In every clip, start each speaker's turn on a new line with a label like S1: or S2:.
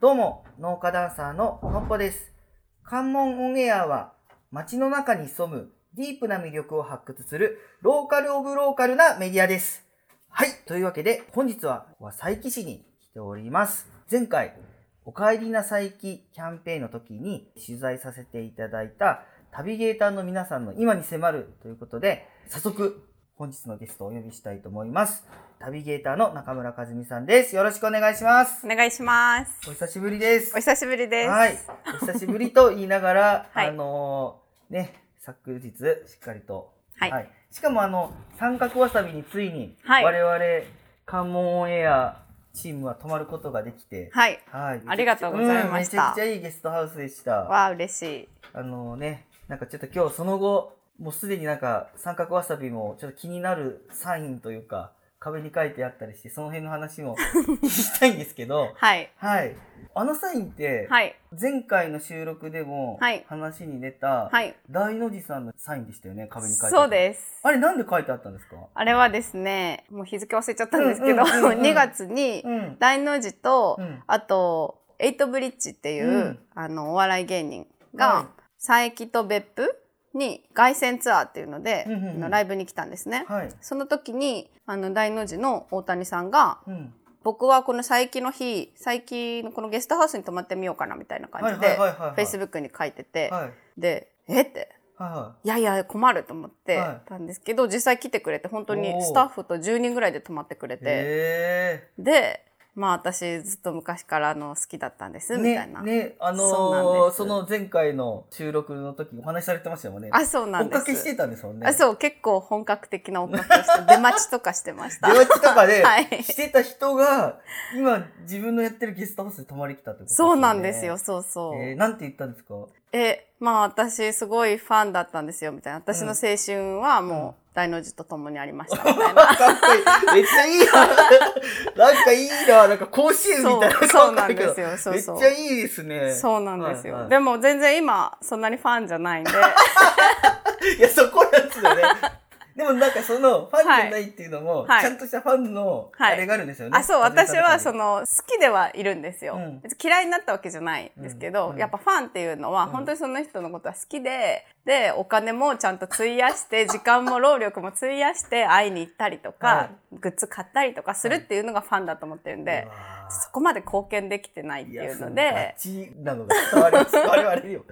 S1: どうも、農家ダンサーののっぽです。関門オンエアは、街の中に潜むディープな魅力を発掘する、ローカルオブローカルなメディアです。はい、というわけで、本日は、佐伯市に来ております。前回、おかえりな佐伯キャンペーンの時に取材させていただいた、ナビゲーターの皆さんの今に迫るということで、早速、本日のゲストをお呼びしたいと思います。ナビゲーターの中村和美さんです。よろしくお願いします。
S2: お願いします。
S1: お久しぶりです
S2: お。久しぶりです。
S1: はい、お久しぶりと言いながら、
S2: はい
S1: あのーね、昨日しっかりと、
S2: はい
S1: しかもあの三角わさびについに
S2: はい
S1: 我々関門オンエアチームは泊まることができて、
S2: はい。
S1: はい、
S2: ありがとうございました
S1: うんめちゃくちゃいいゲストハウスでした。
S2: わあ、嬉しい。
S1: あのね、なんかちょっと今日その後もうすでになんか三角わさびもちょっと気になるサインというか壁に書いてあったりしてその辺の話も したいんですけど、
S2: はい。
S1: はい、あのサインって。
S2: はい。
S1: 前回の収録でも
S2: はい
S1: 話に出た
S2: はい。
S1: 大の字さんのサインでしたよね壁に書いてあった
S2: そうです。
S1: あれなんで書いてあったんですか
S2: あれはですね、もう日付忘れちゃったんですけど、
S1: うんうんうんうん
S2: 2月に
S1: うん
S2: 大の字と、
S1: うん
S2: あと、エイトブリッジっていう、
S1: うん
S2: あの、お笑い芸人
S1: はい
S2: が、佐伯と別府に凱旋ツアーっていうので、
S1: うんうんうん
S2: あのライブに来たんですね。
S1: はい
S2: その時に、あの、大の字の大谷さんが、
S1: うん
S2: 僕はこの佐伯の日佐伯のこのゲストハウスに泊まってみようかなみたいな感じ
S1: は
S2: で
S1: い
S2: フ
S1: はいはいはいはい
S2: ェイスブックに書いてて、
S1: はい
S2: でえって
S1: はい
S2: やいや困ると思って
S1: は
S2: たんですけど、実際来てくれて本当
S1: おー
S2: にスタッフと10人ぐらいで泊まってくれ
S1: い
S2: て
S1: へ
S2: でまあ私ずっと昔からあの好きだったんです
S1: え
S2: みたいな、
S1: ねねあ
S2: そうなん
S1: のー
S2: です
S1: その前回の収録の時お話しされてましたもんね
S2: あそうな
S1: 追
S2: ん
S1: っ
S2: で
S1: かけし
S2: す
S1: てたんですもんね
S2: あそう結構本格的な追っかけして出待ちとかして ました
S1: 出待ちとかで
S2: はい
S1: してた人が今自分のやってるゲストハウスで泊まり来たってこと
S2: そうなんですよ
S1: ね
S2: そうそう、
S1: えーなんて言ったんですか
S2: えまあ私すごいファンだったんですよみたいな私の青春はもう大の字と共にありま したみたいな、
S1: かっこいい。めっちゃいい な。なんかいいな。なんか甲子園みたいな
S2: そうそう
S1: 感
S2: なん
S1: 覚
S2: です
S1: だ
S2: よそうそう
S1: めっちゃいいですね。
S2: そうなんですよ、
S1: はいはい
S2: でも全然今そんなにファンじゃな いんで
S1: いや、そこなんですよ ね。でもなんかそのファンじゃないっていうのも、
S2: はい
S1: ちゃんとしたファンのあ
S2: はい
S1: れがあるんですよね。
S2: あそう私はそ
S1: の、
S2: の好きではいるんですよ、
S1: うん
S2: 別に嫌いになったわけじゃないんですけど、
S1: うん
S2: やっぱファンっていうのは
S1: うん
S2: 本当にその人のことは好きで、でお金もちゃんと費や して時間も労力も費やして会いに行ったりとか、
S1: はい
S2: グッズ買ったりとかするっていうのがファンだと思ってるんで、
S1: うわ
S2: そこまで貢献できてないって
S1: ー
S2: いうの
S1: いや
S2: で。
S1: そのガチなのが伝わり ます。我々にも。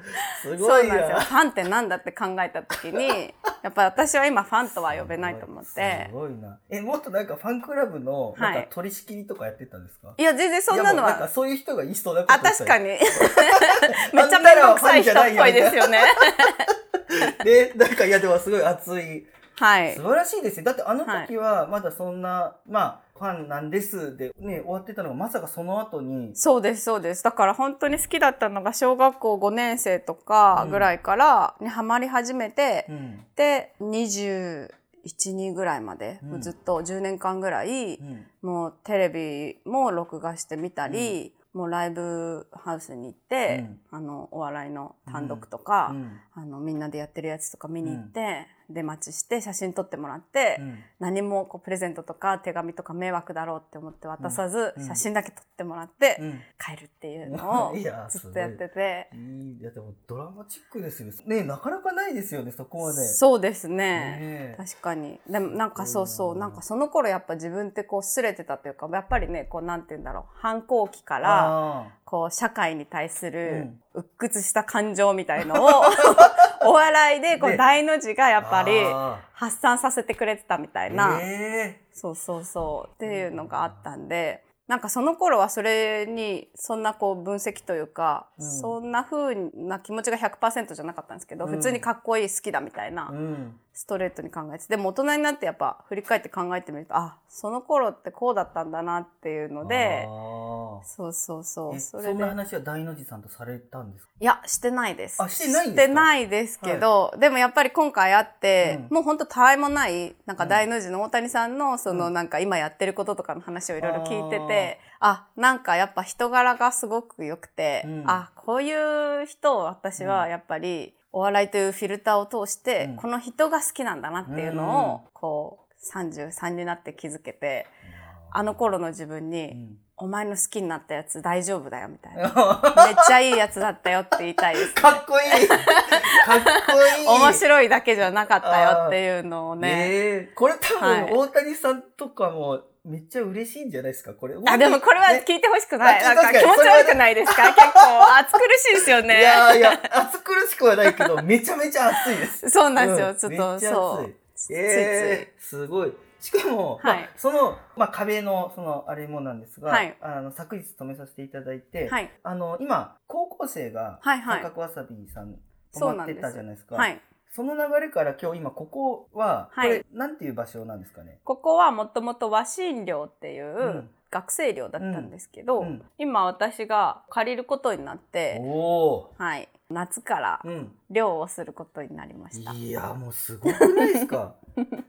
S1: すご
S2: そう
S1: い
S2: なんですよ。
S1: な。
S2: ファンってなんだって考えた 時に、やっぱ私は今ファンとは呼べないと思っ
S1: す
S2: て。
S1: ごいな。え、もっとなんかファンクラブの、なんか取り仕切りとかやってたんですか、
S2: いや、全然そんなの
S1: いやもうなんか
S2: は。
S1: そういう人がいそうだ
S2: あ、確か
S1: に。
S2: に。めっちゃめんどくさい人っぽいですよね。
S1: で、なんかいやでもすごい熱い。
S2: はい
S1: 素。晴らしいですね。だってあの時はまだそんな、まあ、ファンなんですでね、終わってたのがまさかその後に、
S2: そうです、そうです。だから本当に好きだったのが小学校5年生とかぐらいからにハマり始めて、
S1: うん、
S2: で、21、2ぐらいまで、もうずっと10年間ぐらい、
S1: うん、
S2: もうテレビも録画してみたり、もうライブハウスに行って、あのお笑いの単独と
S1: う
S2: か、
S1: ん、
S2: あのみんなでやってるやつとか見に行って、出待ちして写真撮ってもらって、
S1: うん
S2: 何もこうプレゼントとか手紙とか迷惑だろうって思って渡さず、
S1: うんうん
S2: 写真だけ撮ってもらって、
S1: うん。
S2: 帰るっていうの を
S1: いや
S2: ずっとやってて。
S1: いい、いやでもドラマチックですよね。ね、なかなかないですよね、そこはね。
S2: そうですね
S1: ねえ
S2: 確かにでもなんかそう
S1: すご
S2: そ
S1: いうな
S2: なんかその頃やっぱ自分ってこう擦れてたというかやっぱりねこうなんて言うんだろう反抗期から
S1: あ
S2: こう社会に対する鬱屈した感情みた いのを、お笑いでこ
S1: ね
S2: う大の字がや
S1: ー
S2: っぱり
S1: あ
S2: 発散させてくれてたみたい
S1: ー
S2: な、
S1: え
S2: そうそうそうっていうのがあったんでなんかその頃はそれにそんなこう分析というか、
S1: うん
S2: そんな風な気持ちが100%じゃなかったんですけど、
S1: うん
S2: 普通にかっこいい好きだみたい
S1: え
S2: な、
S1: うん。
S2: ストレートに考えてでも大人になってやっぱ振り返って考えてみるとあその頃ってこうだったんだなっていうので
S1: あー
S2: そうそうそう
S1: え
S2: そ
S1: そ
S2: れ
S1: んな
S2: で
S1: 話は大の字さんとされたんですか
S2: いやしてないです
S1: あしてないんですか
S2: してないですけど、でもやっぱり今回会って、
S1: うん
S2: もうほんとたわいもないなんか
S1: うん
S2: 大の字の大谷さんのその、
S1: うん
S2: なんか今やってることとかの話をいろいろ聞いててあなんかやっぱ人柄がすごく良くて、
S1: うん
S2: あこういう人を私はやっぱり、お笑いというフィルターを通して、
S1: うん
S2: この人が好きなんだなっていうのを、こう33になって気づけてあの頃の自分に、
S1: うん
S2: お前の好きになったやつ大丈夫だよ」みたいな。
S1: か
S2: めっちゃいいやつだったよって言いたいです。
S1: っこ いいかっこいい
S2: 面白いだけじゃなかったよっていうのをね。
S1: ねえこれ多分
S2: はい
S1: 大谷さんとかもめっちゃ嬉しいんじゃないですかこれ
S2: あ、でもこれは
S1: ね
S2: 聞いてほしくない。
S1: ね
S2: なんか
S1: 確か
S2: 気
S1: に
S2: 持ち悪くないですか結構。暑苦しいですよ
S1: い
S2: ね。
S1: やいや暑苦しくはないけどめちゃめちゃ暑いです
S2: そうなんですよ。
S1: うん
S2: ちょっ
S1: め
S2: と、
S1: ちゃ
S2: そ
S1: 暑
S2: う
S1: い。
S2: ついつい
S1: ええすごい。しかも、
S2: はい
S1: まあ、その、まあ、壁の、その、あれもなんですが、
S2: はい
S1: あの、昨日勤めさせていただいて、
S2: はい。
S1: あの、今、高校生が、
S2: はいはい
S1: 三角わさびさん、
S2: そ
S1: 泊ま
S2: うなん
S1: っ
S2: で
S1: て
S2: す
S1: たじゃないですか。
S2: はい。
S1: その流れから今日、今、ここは、
S2: はい
S1: これ、なんていう場所なんですかね。
S2: ここはもともと和診寮っていううん学生寮だったんですけ
S1: う
S2: ど
S1: ん、
S2: 今私が借りることになって、
S1: お
S2: はい。夏から
S1: ー。うん。
S2: 寮をすることになりました。
S1: いや、もうすごくないです か。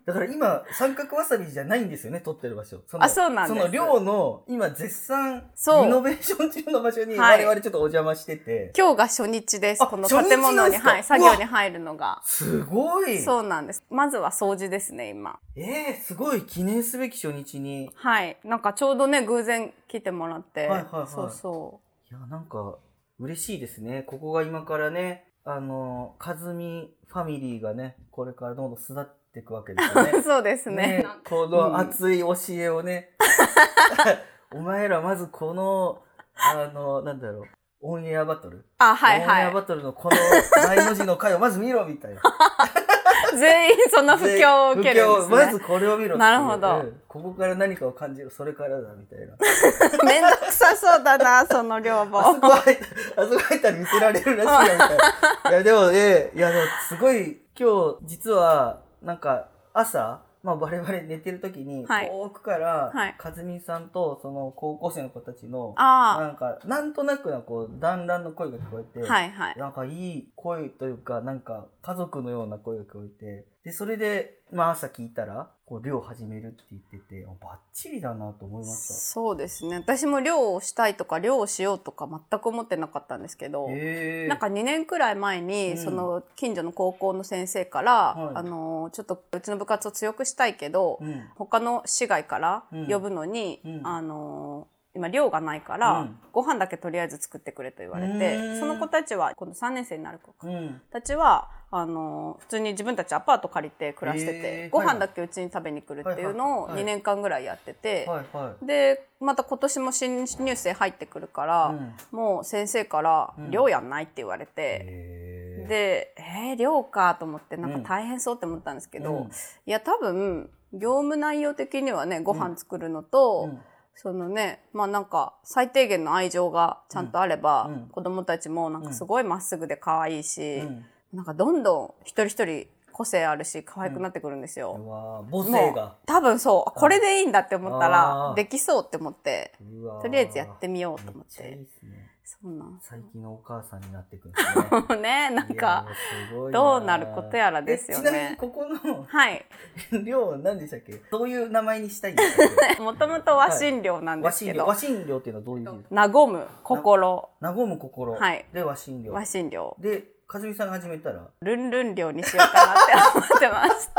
S1: だから今、三角わさびじゃないんですよね、撮ってる場所。その
S2: あそうなんです
S1: その寮の、今、絶賛、
S2: そう
S1: リノベーション中の場所に
S2: はい
S1: 我々ちょっとお邪魔してて。
S2: 今日が初日です。
S1: あ
S2: この
S1: 初日
S2: 建物に、
S1: なんですか
S2: はい、作業に入るのが。
S1: すごい
S2: そうなんです。まずは掃除ですね、今。
S1: えー、すごい記念すべき初日に。
S2: はい。なんかちょうどね、偶然来てもらって。
S1: はいはいはい
S2: そうそ
S1: いや、なんか、嬉しいですね。ここが今からね、あの、かずみファミリーがね、これからどんどん育っていくわけですよね
S2: う。。 そうですね。
S1: ね、この熱い教えを ね、お前らまずこの、あの、なんだろう、オンエアバトル、
S2: あ、はい
S1: オンエア
S2: は
S1: バトルのこの大の字の回をま ず見ろみたいな。
S2: い。全員その不況を受けるんで
S1: 不況
S2: す
S1: をま
S2: ね
S1: ず。これを見ろっていう
S2: なるほ
S1: う
S2: ど
S1: んここから何かを感じる、それからだみたいな。
S2: めんどくさそうだな、 その寮
S1: あそ
S2: 母。
S1: こ入った、あそこ入ったら見せられるらしいなみたいな。いや、でもね、いや、でもすごい、今日、実は、なんか、朝、まあ、我々寝てる時に、
S2: はい
S1: 遠くから、
S2: はい
S1: かずみさんと、その、高校生の子たちの、
S2: あ
S1: なんか、なんとなくの、こう、団らんの声が聞こえて、
S2: あ、はいはい。
S1: なんかいい声というか、なんか家族のような声が聞こえて、で、それで、まあ朝聞いたら、こう、漁始めるって言ってて、あバッチリだなと思いまし
S2: そうですね。私も寮をしたいとか、寮をしようとか全く思ってなかったんですけど。
S1: た。へえ。
S2: なんか2年くらい前
S1: う
S2: に、
S1: ん
S2: その近所の高校の先生から、
S1: はい
S2: あのちょっとうちの部活を強くしたいけど、
S1: うん。
S2: 他の市外から
S1: うん
S2: 呼ぶのに、
S1: うん
S2: あの今寮がないから、
S1: うん
S2: ご飯だけとりあえず作ってくれと言われて、
S1: うん
S2: その子たちは今度3年生になる子か
S1: うん。
S2: たちはあの普通に自分たちアパート借りて暮らしてて、
S1: へー
S2: ご飯だけうちに食べに来るっていうのを
S1: はいはいはい
S2: 2年間ぐらいやってて、
S1: はいは
S2: でまた今年も新入生入ってくるか
S1: い。
S2: ら
S1: う、ん
S2: もう先生から
S1: う
S2: 「
S1: ん
S2: 寮やんない?」って言われて、
S1: へえ
S2: で「えー、寮か」と思ってなんか
S1: うん
S2: 大変そうって思ったんですけど、
S1: うん
S2: いや多分業務内容的にはねご飯作るの
S1: う
S2: と、
S1: ん
S2: そのねまあなんか最低限の愛情がちゃんとあれば、
S1: うんうん
S2: 子供たちもなんかすごいまっすぐで可愛いし、
S1: うん
S2: なんかどんどん一人一人個性あるし可愛くなってくるんですよ。
S1: うわー母性が。
S2: 多分そうこれでいいんだって思ったら
S1: あー
S2: できそうって思って
S1: うわー
S2: とりあえずやってみようと
S1: め
S2: 思っ
S1: っちゃいい
S2: て
S1: ですね。
S2: そうなんです
S1: 最近のお母さんになってくるんですね。
S2: もうね なんか
S1: いやー、すごい
S2: どうなることやらですよね
S1: えちなみにここの
S2: はい
S1: 寮は何でしたっけどういう名前にしたいんですか
S2: もともと和神寮 なんで
S1: 和
S2: すけ
S1: 神
S2: ど、
S1: 寮和神寮っていうのはどういう意味ですか
S2: 和む心
S1: 和む心、
S2: はい
S1: で和神寮
S2: 和神寮
S1: で和美さんが始めた ら
S2: ルンルン寮にしようかなって思ってます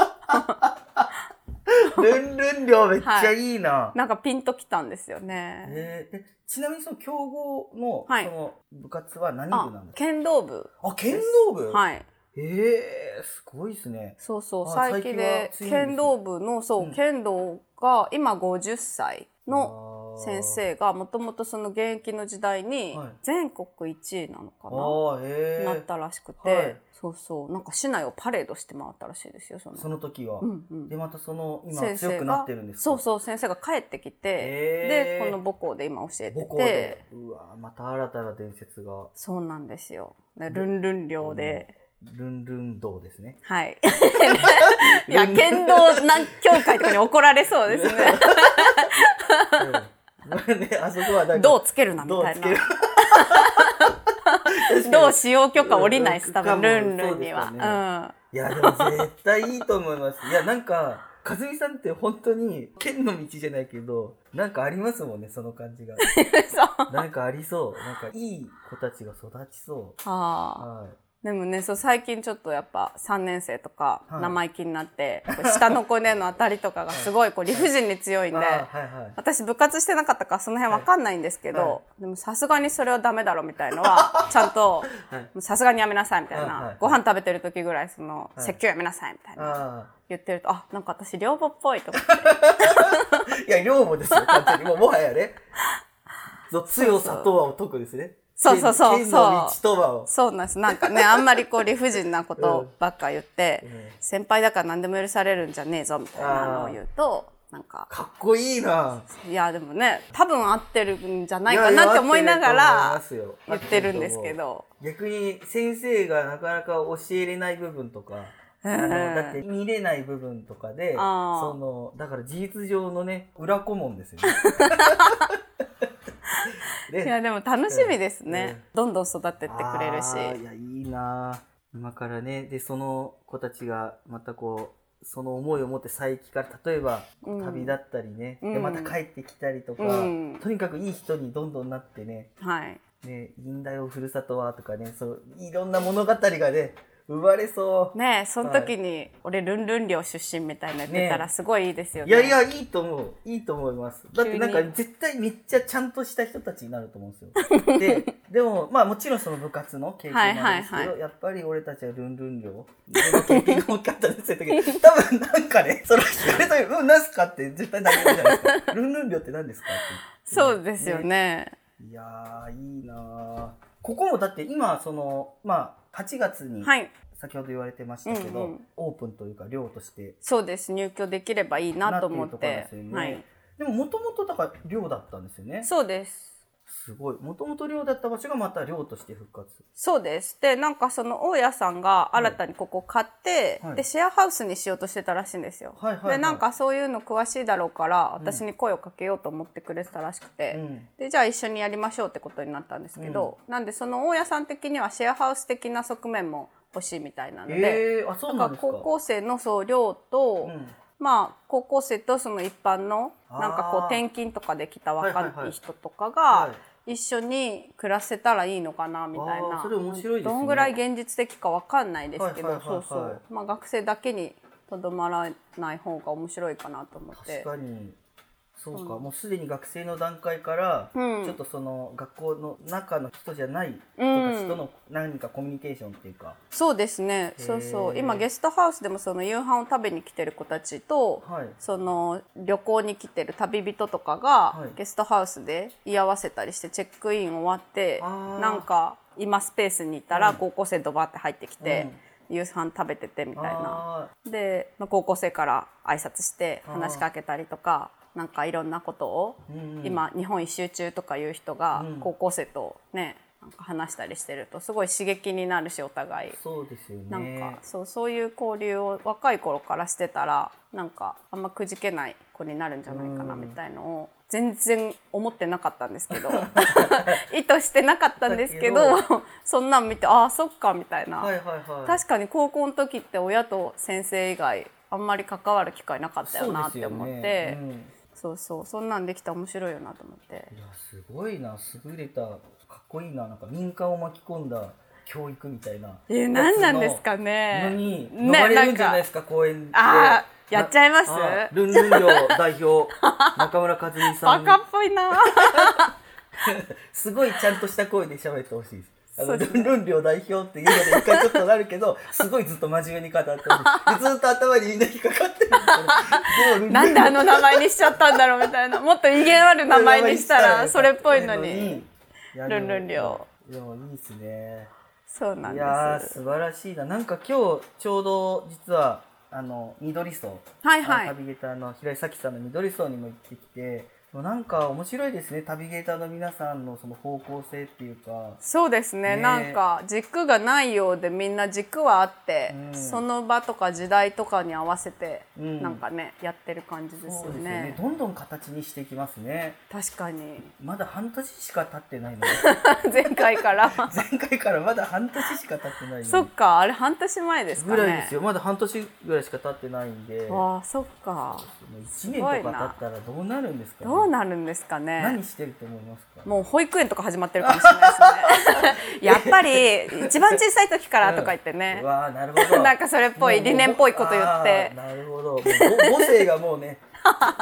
S1: ルンルン寮めっちゃいいな、
S2: なんかピンときたんですよね、
S1: えーえちなみにその強豪の,、
S2: はい
S1: その部活は何部な
S2: あ
S1: んです
S2: 剣道部
S1: かあ剣道部、
S2: はい
S1: えー、すごいですね
S2: そうそう
S1: あ
S2: 最近で
S1: 最近は強いんですね
S2: 剣道部のそう、
S1: うん
S2: 剣道が今50歳の
S1: の
S2: 先生がもともとその現役の時代に
S1: はい
S2: 全国1位なの
S1: あ
S2: かな、
S1: ーえ
S2: な
S1: ー
S2: ったらしくて、
S1: はい
S2: そうそうなんか市内をパレードして回ったらしいですよその
S1: その時は、
S2: うんうん
S1: でまたその今
S2: 先
S1: 強
S2: 生
S1: くな
S2: が
S1: ってるんですか
S2: そうそう先生が帰ってきて、
S1: えー
S2: でこの母校で今教えて
S1: 母校
S2: て
S1: でうわまた新たな伝説が
S2: そうなんですよでルンルン寮で、
S1: ルンルン道ですね。
S2: はい。いや、剣道なん協会とかに怒られそうですね。
S1: うん ね、あそこはだ
S2: どうつけるなみ
S1: どう
S2: たい
S1: つ
S2: な
S1: ける。確かに
S2: どう使用許可下りないです、多
S1: か
S2: 分
S1: も
S2: ルンルンには。
S1: そうですよいや、でも絶対いいと思います。いや、なんか、かずみさんって本当に、剣の道じゃないけど、なんかありますもんね、その感じ が。
S2: うん。そう。
S1: なんかありそう。なんかいい子たちが育ちそう。
S2: はあ。
S1: は
S2: でもねそう最近ちょっとやっぱ3年生とか
S1: はい
S2: 生意気になって、こう下の子での当たりとかがすごいこう理不尽に強い
S1: い。
S2: んで、
S1: あーはいはい。
S2: 私部活してなかったからその辺わかんないんですけど、
S1: はいは
S2: でもさすがにそれはダメだろみたいの はちゃんと
S1: はい
S2: もうさすがにやめなさいみたいな、
S1: はいはい
S2: ご飯食べてる時ぐらいその、
S1: はい
S2: 説教やめなさいみたいな
S1: あ
S2: 言ってるとあなんか私寮母っぽいとか
S1: あ。いや、量もですよ、完全に。もうもはやね。そう強さとはを解くですね。
S2: そうそうそう
S1: 剣剣の道とはを。
S2: そうなんですなんかねあんまりこう理不尽なことばっか言って、
S1: うん
S2: 先輩だから何でも許されるんじゃねえぞみたいなのを言うとなんか
S1: かっこいいな。
S2: いやでもね多分合ってるんじゃないかなって思いながら
S1: いやいや
S2: 言ってるんですけ。ど
S1: 逆に先生がなかなか教えれない部分とか、
S2: うん
S1: あのだって見れない部分とかで、そ
S2: あー
S1: の、だから事実上のね、裏顧問ですよ ね。
S2: いやでも楽しみですね、どんどん育ってってくれるし
S1: あーいや、いいなぁ今からね、で、その子たちがまたこう、その思いを持って再起から、例えば、
S2: うん
S1: 旅だったりね、
S2: う
S1: で、
S2: ん
S1: また帰ってきたりとか、
S2: うん
S1: とにかくいい人にどんどんなってね、
S2: はい
S1: ね、いいんだよ、ふるさとは、とかね、そう、いろんな物語がね、生まれそう。
S2: ねえその時に、俺ルンルン寮出身みたいな言ってたら
S1: ね
S2: すごいいいですよ
S1: い
S2: ね
S1: やいや、いいと思う。いいと思います。だってなんか
S2: 急に
S1: 絶対めっちゃちゃんとした人たちになると思うんです よ。で、でも、まあもちろんその部活の経験もあるんですけど、
S2: はいはいは
S1: やっぱり俺たちはルンルン寮の経験が大きかったですけど、多分なんかね、その聞かれたら、うん、何すかって絶対なるじゃないですか。ルンルン寮って何ですかって言って。
S2: そうですよね
S1: いやー、いいなーここもだって今、その、まあ、8月に、
S2: はい
S1: 先ほど言われてましたけど、
S2: うんうん
S1: オープンというか寮として
S2: そうです入居できればいいなと思っ
S1: なっていう
S2: て
S1: ところですよね
S2: はい
S1: でももともとだから寮だったんですよね
S2: そうです
S1: すごいもともと寮だった場所がまた寮として復活
S2: そうですでなんかその大家さんが新たにここ買って、
S1: はい
S2: でシェアハウスにしようとしてたらしいんですよ、
S1: はいはいはい
S2: でなんかそういうの詳しいだろうから
S1: うん
S2: 私に声をかけようと思ってくれてたらしくて、
S1: うん
S2: でじゃあ一緒にやりましょうってことになったんですけど、なんでその大家さん的にはシェアハウス的な側面も欲しいみたいなので、
S1: えー、あそう
S2: な
S1: なん
S2: ん
S1: で
S2: か
S1: すか
S2: 高校生のそう寮と、
S1: うん
S2: まあ高校生とその一般の
S1: あー
S2: なんかこう転勤とかできた
S1: はいはい
S2: 若
S1: はいい
S2: 人とか
S1: は
S2: が一緒に暮らせたらいいのかなみたい
S1: あ
S2: な
S1: ーそれ面白いですね
S2: どんぐらい現実的かわかんないですけど、
S1: はいはいはいはい
S2: そうそうまあ学生だけにとどまらない方が面白いかなと思っ
S1: 確
S2: て
S1: かにそうか、
S2: うん
S1: もうすでに学生の段階から、
S2: うん
S1: ちょっとその学校の中の人じゃない人
S2: うん
S1: たちとの何かコミュニケーションっていうか、
S2: そうですねそうそう今ゲストハウスでもその夕飯を食べに来てる子たちと、
S1: はい
S2: その旅行に来てる旅人とか
S1: は
S2: が
S1: い
S2: ゲストハウスで居合わせたりしてチェックイン終わって
S1: あー
S2: なんか今スペースにいたら
S1: うん
S2: 高校生ドバって入ってきて夕飯食べててみたいな。
S1: あ
S2: でまあ高校生から挨拶して
S1: あー
S2: 話しかけたりとかなんかいろんなことを
S1: ーうんうん
S2: 今日本一周中とかいう人が
S1: うん
S2: 高校生とねなんか話したりしてるとすごい刺激になるしお互い。
S1: そうですよね
S2: なんか、そうそういう交流を若い頃からしてたらなんかあんまくじけない子になるんじゃないかな
S1: うん
S2: みたいのを全然思ってなかったんです けど 意図してなかったんですけど
S1: だ
S2: そんなん見てああそっかみたいな、
S1: はいはいはい
S2: 確かに高校の時って親と先生以外あんまり関わる機会なかったよなって思ってそう,、
S1: そうですよね
S2: そうそうそんなんできたら面白いよなと思って
S1: うん、いやすごいな優れたかっこいいななんか民間を巻き込んだ教育みたいな
S2: えー、何なんですか
S1: の
S2: ね
S1: に
S2: ね
S1: 飲まれるんじゃないで
S2: なんか
S1: すか公園で
S2: あーやっちゃいます
S1: なあールンルン寮代表 中村和美さ
S2: バ
S1: ん
S2: カっぽいな。
S1: すごいちゃんとした声で喋ってほしいですあ
S2: そ
S1: の
S2: うで
S1: ル
S2: す
S1: ンルン寮代表っていうので一回ちょっとなるけ どすごいずっと真面目に語ってほしいでずっと頭にみんな引っかかってるからでもルンルン
S2: なんであの名前にしちゃったんだろうみたいなもっと威厳ある名前にしたらそれっぽいのに
S1: いや
S2: ルンルン寮
S1: でもでもいいですね
S2: そうなん
S1: い
S2: で
S1: やー
S2: す
S1: 素晴らしいななんか今日ちょうど実はあの緑荘
S2: はいはい
S1: あの旅ゲタの平井咲さんの緑荘にも行ってきてでもなんか面白いですね。旅ゲーターの皆さんのその方向性っていうか。
S2: そうですね
S1: ね
S2: なんか軸がないようでみんな軸はあって、
S1: うん
S2: その場とか時代とかに合わせて、
S1: うん
S2: なんかねやってる感じです
S1: そ
S2: よ
S1: うですよ
S2: ね
S1: ね。どんどん形にしていきますね。
S2: 確かに
S1: まだ半年しか経ってないのに。
S2: 前回から
S1: 前回からまだ半年しか経ってないのに。
S2: そっかあれ半年前ですか
S1: ぐ
S2: ね
S1: らいですよ。まだ半年ぐらいしか経ってないんで。もう
S2: わあそっか
S1: 一年とか経ったらどうなるんですかね。
S2: どうなるんですかね
S1: 何してると思いますか。
S2: もう保育園とか始まってるかもしれないです ねやっぱり一番小さい時からとか言ってね
S1: う、わあなるほど。
S2: なんかそれっぽい
S1: もう
S2: 理念っぽいこと言って
S1: あーなるほど。もうご母性がもう ね、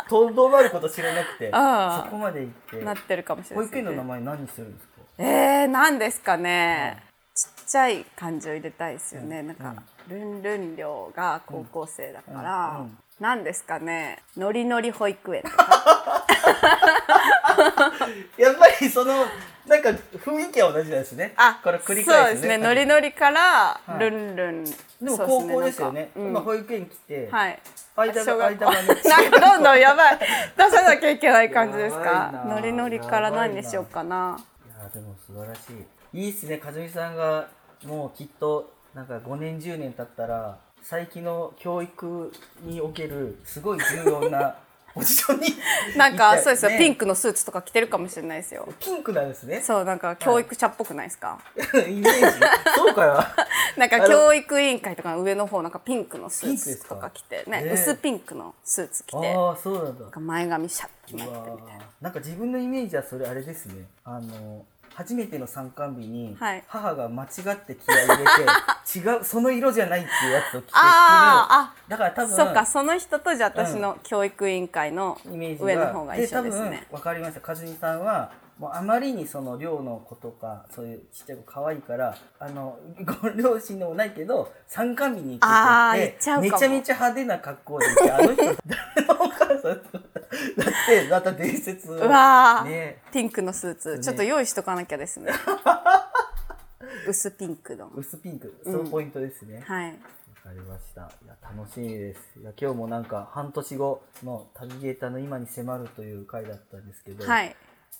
S1: とどまること知らなくて、
S2: あー
S1: そこまで行って。
S2: なってるかもしれな
S1: 保
S2: いです
S1: 育
S2: ね
S1: 園の名前何にするんですか。
S2: えー、なんですかね、ちっちゃい漢字を入れたいですよね、なんか、ルンルン寮が高校生だ
S1: う
S2: から、
S1: んうん
S2: なんですかねノリノリ保育園とか
S1: やっぱりそのなんか雰囲気は同じなんですね。これ繰り
S2: そう
S1: 返
S2: ですすね
S1: ね。
S2: ノリノリから
S1: はい
S2: ルンルン、で
S1: でも高校ですよね。
S2: うなん
S1: 今
S2: か
S1: 保育園来て、
S2: うん、はい
S1: 間
S2: 小
S1: が
S2: 学
S1: 間
S2: 校。
S1: がね
S2: なんかどんどんやばい出さなきゃいけない感じです
S1: やばいな
S2: かノリノリから何にしようかない
S1: やーでも素晴らしい。いいっすね、かずみさんがもうきっとなんか5年10年経ったら最近の教育におけるすごい重要 なポジションに
S2: なんかそうですよ、ピン
S1: ク
S2: クのスーツとか着てるかもしれないですよ
S1: ピンクなんですね。
S2: そうなんか教育者っぽくないですか、
S1: イメージ。そうか よ。
S2: なん
S1: あの
S2: か教育委員会とかの上の方なんかピンクのス
S1: ピ
S2: ー
S1: ンクです
S2: ツ
S1: か
S2: とか着て
S1: ね
S2: ね、
S1: え
S2: 薄ピンクのスーツ着てなん
S1: ああそうなんだ。
S2: か前髪シャッとな
S1: う
S2: って
S1: わ
S2: みたいな
S1: ーなんか自分のイメージはそれあれですね。あの初めての参観日に
S2: はい
S1: 母が間違って気合い入 れて違うその色じゃないっていうやつを着てきて
S2: あーあ
S1: だから多分
S2: そっかその人とじゃあ私の教育委員会の
S1: イメージが
S2: 上の方が一緒です
S1: で
S2: ね
S1: 多分分かりました和美さんはもうあまりにその寮の子とかそういうちっちゃい子可愛いからあのご両親でもないけど参観日に行
S2: あ
S1: く
S2: ー
S1: って
S2: 行っちゃうか
S1: め
S2: も
S1: ちゃめちゃ派手な格好で行ってあの人誰のお母さんだってまた伝説を
S2: うわー
S1: ね
S2: ピンクのスーツ
S1: ね
S2: ちょっと用意しとかなきゃで すね薄ピンクの
S1: 薄ピンクそのポイントですね、わ
S2: はい
S1: かりましたいや楽しみですいや今日もなんか半年後の旅ゲーターの今に迫るという回だったんですけど、
S2: はい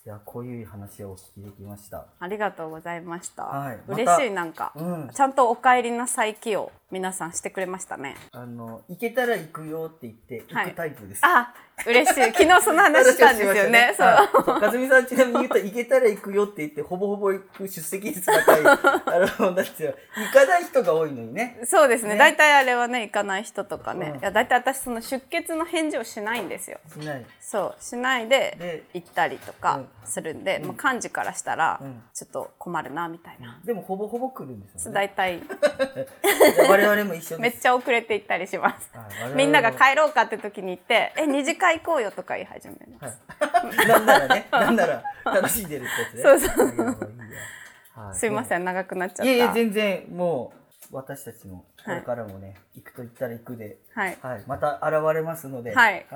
S1: いやこういう話をお聞きできました
S2: ありがとうございました、
S1: はいまた
S2: 嬉しいなんか、
S1: うん
S2: ちゃんと「お帰りなさい」気を皆さんしてくれましたね
S1: あの行けたら行くよって言って
S2: はい
S1: 行くタイプです。
S2: あ嬉しい昨日その話した んですよねそう
S1: あそう。かずみさんちなみに言うと行けたら行くよって言ってほぼほぼ行く出席率高 いあのだって行かない人が多いのにね。
S2: そうですね
S1: ね
S2: 大体あれはね行かない人とかね、
S1: うん
S2: いや大体私その出血の返事をしないんですよ
S1: しない。
S2: そうしない
S1: で
S2: で行ったりとか
S1: う
S2: するんで、もう幹事からしたら
S1: うん
S2: ちょっと困るなみたいな、
S1: でもほぼほぼ来るんですよね。
S2: 大体
S1: じゃあ我々も一緒です。
S2: めっちゃ遅れて行ったりします
S1: あ我々も
S2: みんなが帰ろうかって時に行って「え二次会行こうよ」とか言い始めます、
S1: なんな らね、なんなら楽しんでるってやつね。
S2: そうそう
S1: いやいやいやはい
S2: すいません長くなっちゃった
S1: いやいや全然もう私たちもこれからもね、行くと言ったら行くで、
S2: はい
S1: また現れますので、
S2: はい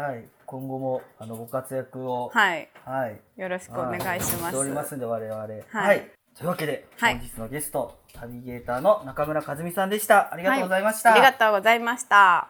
S1: 今後もあのご活躍を、
S2: はい
S1: はい
S2: よろしくお願いし
S1: は
S2: ま
S1: しており
S2: す
S1: ますんで我々、はいというわけで、
S2: はい
S1: 本日のゲスト旅ゲーターの中村和美さんでしたありがとうございました。
S2: はいありがとうございました